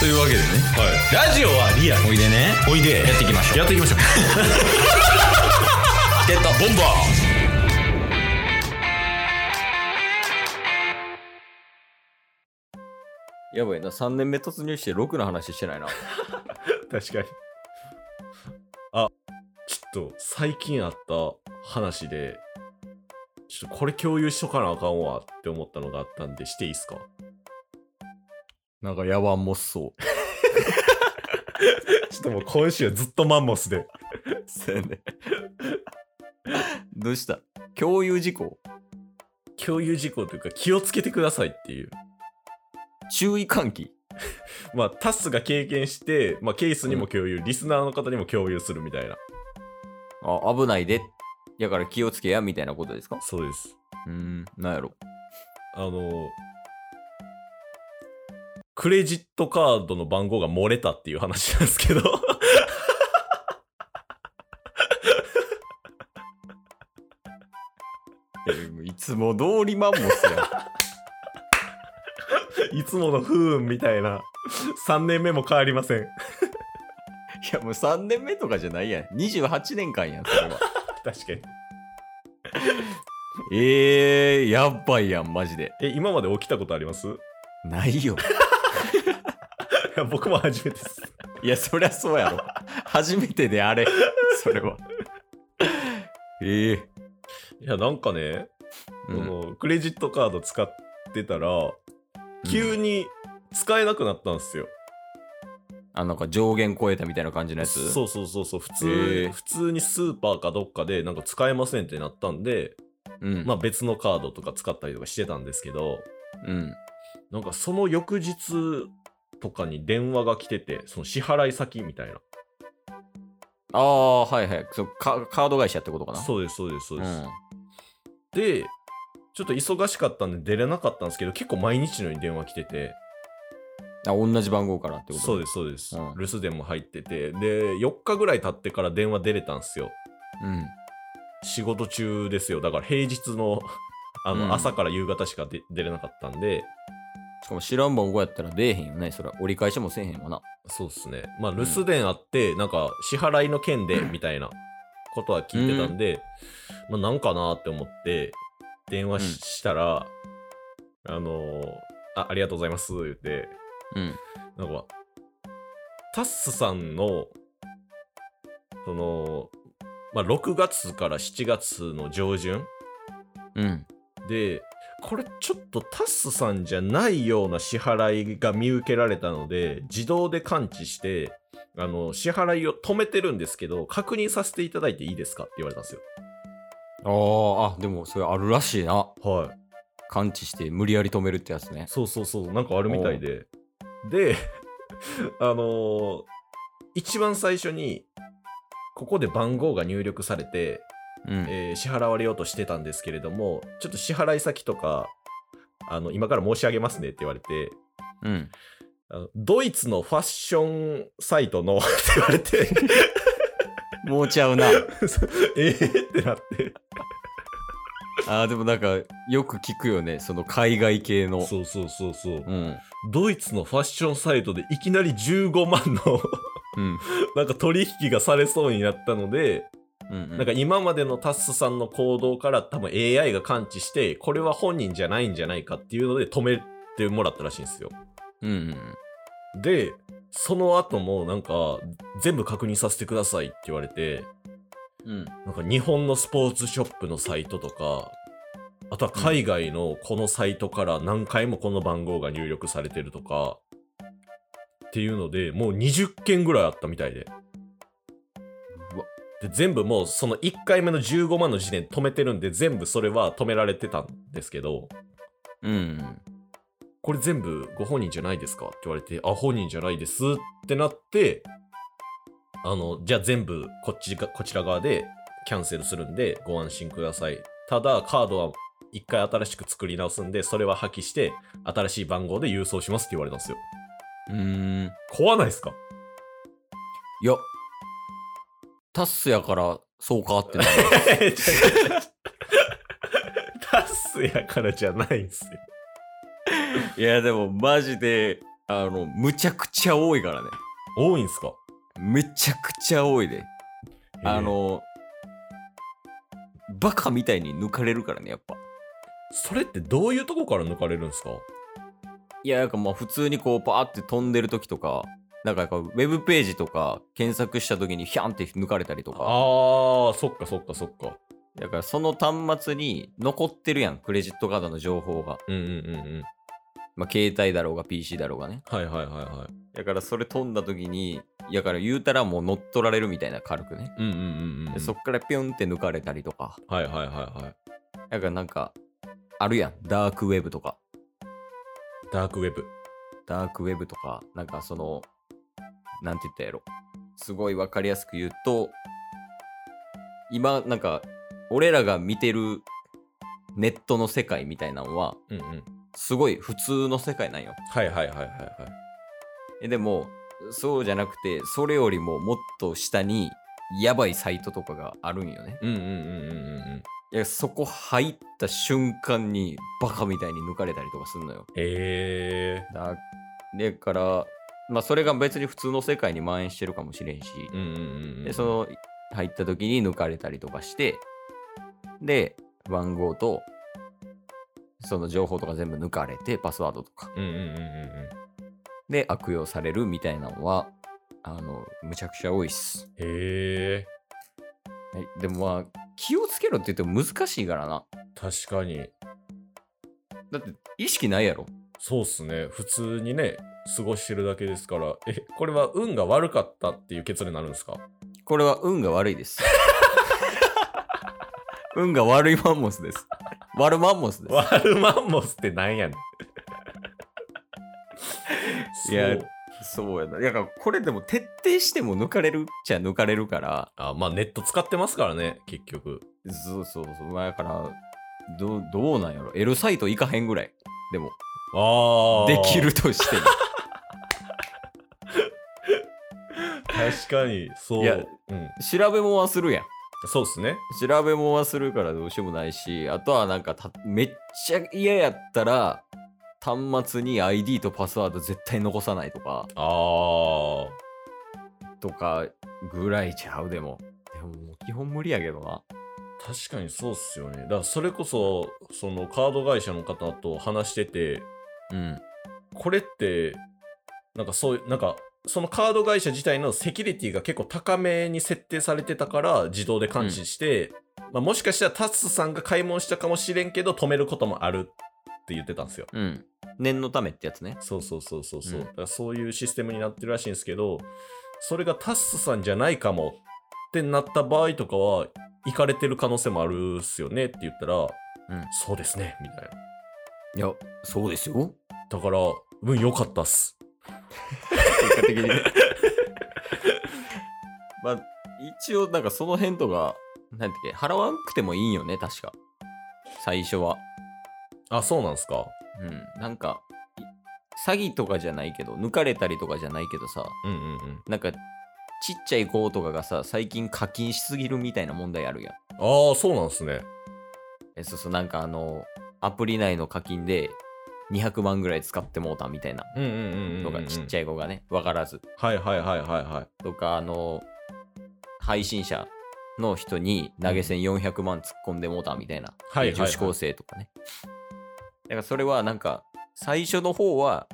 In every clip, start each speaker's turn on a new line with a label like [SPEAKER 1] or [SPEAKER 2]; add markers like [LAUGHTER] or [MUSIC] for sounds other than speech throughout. [SPEAKER 1] というわけでね、ラジオはリアおいでね
[SPEAKER 2] おいで
[SPEAKER 1] やっていきましょう
[SPEAKER 2] やっていきましょう
[SPEAKER 1] ゲットボンバーやばいな3年目突入して6の話してないな
[SPEAKER 2] 確かにあちょっと最近あった話でちょっとこれ共有しとかなあかんわって思ったのがあったんでしていいっすか
[SPEAKER 1] なんかやばんもっそ
[SPEAKER 2] [LAUGHS] ちょっともう今週はずっとマンモスで
[SPEAKER 1] う [LAUGHS] そうやね [LAUGHS] どうした共有事項
[SPEAKER 2] 共有事項というか気をつけてくださいっていう
[SPEAKER 1] 注意喚起
[SPEAKER 2] まあタスが経験して、まあ、ケースにも共有、リスナーの方にも共有するみたいな
[SPEAKER 1] あ危ないでやから気をつけやみたいなことですか
[SPEAKER 2] そうです
[SPEAKER 1] うーんなんやろ
[SPEAKER 2] あのクレジットカードの番号が漏れたっていう話なんですけど [LAUGHS]
[SPEAKER 1] いつも通りマンモス [LAUGHS] や
[SPEAKER 2] いつもの不運みたいな3年目も変わりません
[SPEAKER 1] いやもう3年目とかじゃないやん28年間やんそれは
[SPEAKER 2] 確かに
[SPEAKER 1] ええー、やっばいやん、マジで。
[SPEAKER 2] え今まで起きたことありますい
[SPEAKER 1] ないよ。
[SPEAKER 2] や僕も初めてです
[SPEAKER 1] いや、そりゃそうやろ。初めてであ
[SPEAKER 2] [LAUGHS]
[SPEAKER 1] れ、それは。ええ
[SPEAKER 2] いやなんかね、
[SPEAKER 1] ー。
[SPEAKER 2] このクレジットカード使ってたら急
[SPEAKER 1] に。
[SPEAKER 2] に使えなくなったんですよ、
[SPEAKER 1] あ、なんか上限超えたみたいな感じのやつ
[SPEAKER 2] そうそうそうそう普通、
[SPEAKER 1] へー
[SPEAKER 2] 普通にスーパーかどっかでなんか使えませんってなったんで、
[SPEAKER 1] う。うん。
[SPEAKER 2] まあ別のカードとか使ったりとかしてたんですけど
[SPEAKER 1] うん。
[SPEAKER 2] なんかその翌日とかに電話が来ててその支払い先みたいな
[SPEAKER 1] ああ、はいはいそうカ。カード会社ってことかな。
[SPEAKER 2] そうですそうですそう
[SPEAKER 1] う
[SPEAKER 2] です、
[SPEAKER 1] ん。
[SPEAKER 2] でちょっと忙しかったんで出れなかったんですけど結構毎日のように電話来てて
[SPEAKER 1] あ、同じ番号からってこと
[SPEAKER 2] そう
[SPEAKER 1] で
[SPEAKER 2] ですそうです、
[SPEAKER 1] うん
[SPEAKER 2] 留守電も入っててで4日ぐらい経ってから電話出れたんですよ
[SPEAKER 1] す。うん。
[SPEAKER 2] 仕事中ですよだから平日のあ
[SPEAKER 1] う
[SPEAKER 2] の
[SPEAKER 1] ん
[SPEAKER 2] 朝から夕方しか出出れなかったんで、
[SPEAKER 1] しかも知らん番号やったら出えへんよね。それは折り返しもせえへんわな。
[SPEAKER 2] そうっすねまあ留守電あって、なんか支払いの件でみたいなことは聞いてたんで、まあなんかなって思って電話し,、
[SPEAKER 1] うん
[SPEAKER 2] したらあのーあありがとうございます言って
[SPEAKER 1] うん。
[SPEAKER 2] なんか、タッスさんの、その、まあ、6月から7月の上旬
[SPEAKER 1] うん。
[SPEAKER 2] で、これちょっとタッスさんじゃないような支払いが見受けられたので、自動で感知して、あの、支払いを止めてるんですけど、確認させていただいていいですかって言われたんですよ。
[SPEAKER 1] あーあ、でもそれあるらしいな。
[SPEAKER 2] はい。
[SPEAKER 1] 感知して無理やり止めるってやつね。
[SPEAKER 2] そうそうそう、なんかあるみたいで。で、 [LAUGHS] あのー一番最初に、ここで番号が入力されて、
[SPEAKER 1] うん。
[SPEAKER 2] えー支払われようとしてたんですけれども、ちょっと支払い先とか、あの今から申し上げますねって言われて、
[SPEAKER 1] うん。
[SPEAKER 2] あのドイツのファッションサイトのって言われて、 [LAUGHS]
[SPEAKER 1] もうちゃうな。
[SPEAKER 2] えーってなって。
[SPEAKER 1] あーでもなんかよく聞くよねその海外系の
[SPEAKER 2] うそうそうそう
[SPEAKER 1] う。ん
[SPEAKER 2] ドイツのファッションサイトでいきなり15万の
[SPEAKER 1] うん
[SPEAKER 2] [LAUGHS] なんか取引がされそうになったので、
[SPEAKER 1] うん
[SPEAKER 2] なんか今までのタッスさんの行動から多分 AI が感知して、これは本人じゃないんじゃないかっていうので止めてもらったらしいんですよ。
[SPEAKER 1] うんうん
[SPEAKER 2] で、その後もなんか、全部確認させてくださいって言われて、
[SPEAKER 1] うん
[SPEAKER 2] なんか日本のスポーツショップのサイトとか、あとは海外のこのサイトから何回もこの番号が入力されてるとか、っていうので、もう20件ぐらいあったみたいで。
[SPEAKER 1] うわ
[SPEAKER 2] で、全部もうその1回目の15万の時点で止めてるんで、全部それは止められてたんですけど、
[SPEAKER 1] うんうん
[SPEAKER 2] これ全部ご本人じゃないですかって言われて、あ、本人じゃないですってなって、あの、じゃあ全部こっちが、こちら側でキャンセルするんでご安心ください。ただ、カードは一回新しく作り直すんで、それは破棄して、新しい番号で郵送しますって言われたんですよ。
[SPEAKER 1] うーん
[SPEAKER 2] 怖ないですか
[SPEAKER 1] いやタッスやからそうかってな [LAUGHS]
[SPEAKER 2] タスやからじゃないんすよ。
[SPEAKER 1] いやでもマジであの、むちゃくちゃ多いからね。
[SPEAKER 2] 多いんすか
[SPEAKER 1] めちゃくちゃ多いで。あ、
[SPEAKER 2] へえ
[SPEAKER 1] の、バカみたいに抜かれるからね、やっぱ。
[SPEAKER 2] それってどういうとこから抜かれるんすか
[SPEAKER 1] いや、なんかまあ普通にこう、パーって飛んでる時とか、なんかこうウェブページとか検索した時にヒャンって抜かれたりとか。
[SPEAKER 2] あー、そっかそっかそっか。
[SPEAKER 1] だからその端末に残ってるやん、クレジットカードの情報が。
[SPEAKER 2] うんうんうんうん。
[SPEAKER 1] まあ携帯だろうが PC だろうがね。
[SPEAKER 2] はいはいはいは
[SPEAKER 1] だからそれ飛んだ時に、やから言うたらもう乗っ取られるみたいな軽くね。
[SPEAKER 2] い。うんうんうんうん、う
[SPEAKER 1] で
[SPEAKER 2] ん。
[SPEAKER 1] そっからピョンって抜かれたりとか。
[SPEAKER 2] はいはいはいはい。
[SPEAKER 1] だからなんか、あるやん、ダークウェブとか。
[SPEAKER 2] ダークウェブ。
[SPEAKER 1] ダークウェブとか、なんかその、なんて言ったやろ。すごいわかりやすく言うと、今、なんか、俺らが見てるネットの世界みたいなのは、
[SPEAKER 2] うんうん。
[SPEAKER 1] すごい普通の世界なんよ。
[SPEAKER 2] はいはいはいはいはい。
[SPEAKER 1] えでも、そうじゃなくて、それよりももっと下に、やばいサイトとかがあるんよね。
[SPEAKER 2] うんうんうんうんうんうん。
[SPEAKER 1] いや、そこ入った瞬間に、バカみたいに抜かれたりとかするのよ。
[SPEAKER 2] へえ。
[SPEAKER 1] だだから、まあ、それが別に普通の世界に蔓延してるかもしれんし、
[SPEAKER 2] うんうんうんうん。
[SPEAKER 1] でその入った時に抜かれたりとかしてで番号とその情報とか全部抜かれてパスワードとか
[SPEAKER 2] うんうんうんうんうん。
[SPEAKER 1] で悪用されるみたいなのはあのむちゃくちゃ多いっす、
[SPEAKER 2] へえ。
[SPEAKER 1] はい、でもまあ気をつけろって言っても難しいからな
[SPEAKER 2] 確かに。
[SPEAKER 1] だって意識ないやろ
[SPEAKER 2] そうっすね。普通にね、過ごしてるだけですから。え、これは運が悪かったっていう結論になるんですか
[SPEAKER 1] これは運が悪いです [LAUGHS] 運が悪いマンモスです悪マンモスです
[SPEAKER 2] 悪マンモスってなんやねん。
[SPEAKER 1] いや
[SPEAKER 2] [LAUGHS] そう
[SPEAKER 1] そうやな。だからこれでも徹底しても抜かれるっちゃ抜かれるから、
[SPEAKER 2] あまあネット使ってますからね、結局。
[SPEAKER 1] そうそうそう。まあだから、どうどうなんやろ。L サイト行かへんぐらい。でも、
[SPEAKER 2] ああ。
[SPEAKER 1] でき。ると [LAUGHS] しても。
[SPEAKER 2] 確かに、そう。
[SPEAKER 1] いや
[SPEAKER 2] うん、
[SPEAKER 1] 調べ物はするやん。
[SPEAKER 2] そうっすね。
[SPEAKER 1] 調べ物はするからどうしようもないし、あとはなんかた、めっちゃ嫌やったら、端末に ID とパスワード絶対残さないとか、
[SPEAKER 2] ああ。
[SPEAKER 1] とかぐらいちゃうでも。でももう基本無理やけどな。
[SPEAKER 2] 確かにそうっすよね。だからそれこそ、そのカード会社の方と話してて、
[SPEAKER 1] うん。
[SPEAKER 2] これって、なんかそういう、なんか、そのカード会社自体のセキュリティが結構高めに設定されてたから自動で感知して、まあ、もしかしたらタスさんが買い物したかもしれんけど止めることもあるって言ってたんですよ。
[SPEAKER 1] うん。念のためってやつね。
[SPEAKER 2] そうそうそうそうそう、
[SPEAKER 1] うん
[SPEAKER 2] だからそういうシステムになってるらしいんですけどそれがタッスさんじゃないかもってなった場合とかは行かれてる可能性もあるっすよねって言ったら、
[SPEAKER 1] ん
[SPEAKER 2] そうですねみたいない
[SPEAKER 1] や、そうですよ。
[SPEAKER 2] だから運良かったっす
[SPEAKER 1] 結果的に [LAUGHS] ねまあ一応なんかその辺とかなんてっけ払わなくてもいいんよね確か最初は
[SPEAKER 2] あそうなんすか
[SPEAKER 1] うんなんかい詐欺とかじゃないけど抜かれたりとかじゃないけどさ
[SPEAKER 2] うんうんうん
[SPEAKER 1] なんかちっちゃい子とかがさ最近課金しすぎるみたいな問題あるやん
[SPEAKER 2] ああそうなんすね
[SPEAKER 1] えそうそうなんかあのアプリ内の課金で200万ぐらい使ってもうたみたいな
[SPEAKER 2] うんうんうんうん
[SPEAKER 1] とかちっち
[SPEAKER 2] ゃい
[SPEAKER 1] ゃい子がね分からず
[SPEAKER 2] はいはいはいはいはい
[SPEAKER 1] とか、あの、配信者の人に投げ銭400万突っ込んでもうたみたいな、
[SPEAKER 2] はいはいはい
[SPEAKER 1] 女子高生とかね。だからそれはなんか、最初の方は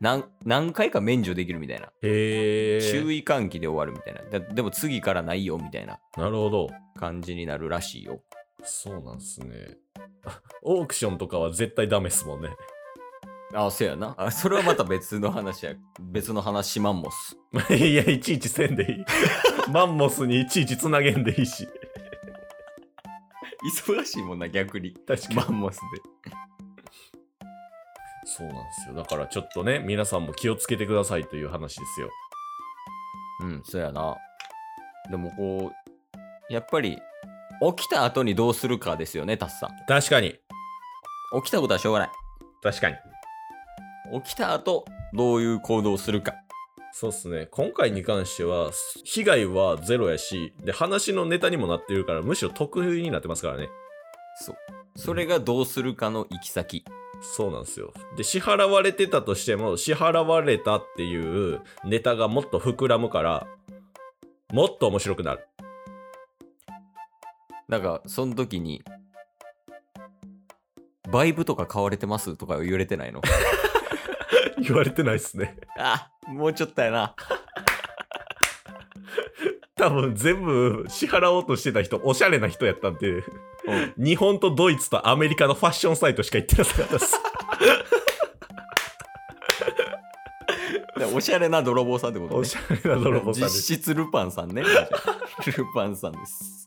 [SPEAKER 1] 何、何回か免除できるみたいな。
[SPEAKER 2] へえ
[SPEAKER 1] 注意喚起で終わるみたいな。だでも次からないよみたいな
[SPEAKER 2] なるほど
[SPEAKER 1] 感じになるらしいよ。
[SPEAKER 2] そうなんすね [LAUGHS] あオークションとかは絶対ダメっすもんね
[SPEAKER 1] あ、そうやな。あそれはまた別の話や。別の話マンモス。
[SPEAKER 2] いや、いちいちせんでいい。マンモスにいちいちつなげんでいいし。
[SPEAKER 1] [LAUGHS] 忙しいもんな、逆に。
[SPEAKER 2] 確
[SPEAKER 1] マンモスで。
[SPEAKER 2] そうなんですよ。だからちょっとね、皆さんも気をつけてくださいという話ですよ。
[SPEAKER 1] うん、そうやな。でもこう、やっぱり、起きた後にどうするかですよね、タスさん。
[SPEAKER 2] 確かに。
[SPEAKER 1] 起きたことはしょうがない。
[SPEAKER 2] 確かに。
[SPEAKER 1] 起きた後、どういう行動をするか。
[SPEAKER 2] そうっすね。今回に関しては、被害はゼロやし、で、話のネタにもなってるから、むしろ得意になってますからね。
[SPEAKER 1] そう。それがどうするかの行き先。
[SPEAKER 2] そうなんですよ。で、支払われてたとしても、支払われたっていうネタがもっと膨らむから、もっと面白く
[SPEAKER 1] [LAUGHS]
[SPEAKER 2] なる。
[SPEAKER 1] なんか、その時に、バイブとか買われてますとか言われてないの
[SPEAKER 2] 言われてないっすね。
[SPEAKER 1] あ、もうちょっとやな。
[SPEAKER 2] 多分全部支払おうとしてた人、おしゃれな人やったんで、
[SPEAKER 1] うん
[SPEAKER 2] 日本とドイツとアメリカのファッションサイトしか行ってなかった
[SPEAKER 1] [LAUGHS]
[SPEAKER 2] です。
[SPEAKER 1] でおしゃれな泥棒さんってこと
[SPEAKER 2] お
[SPEAKER 1] ね
[SPEAKER 2] し。ゃれな泥棒さんです。
[SPEAKER 1] 実質ルパンさんね。ルパンさんです。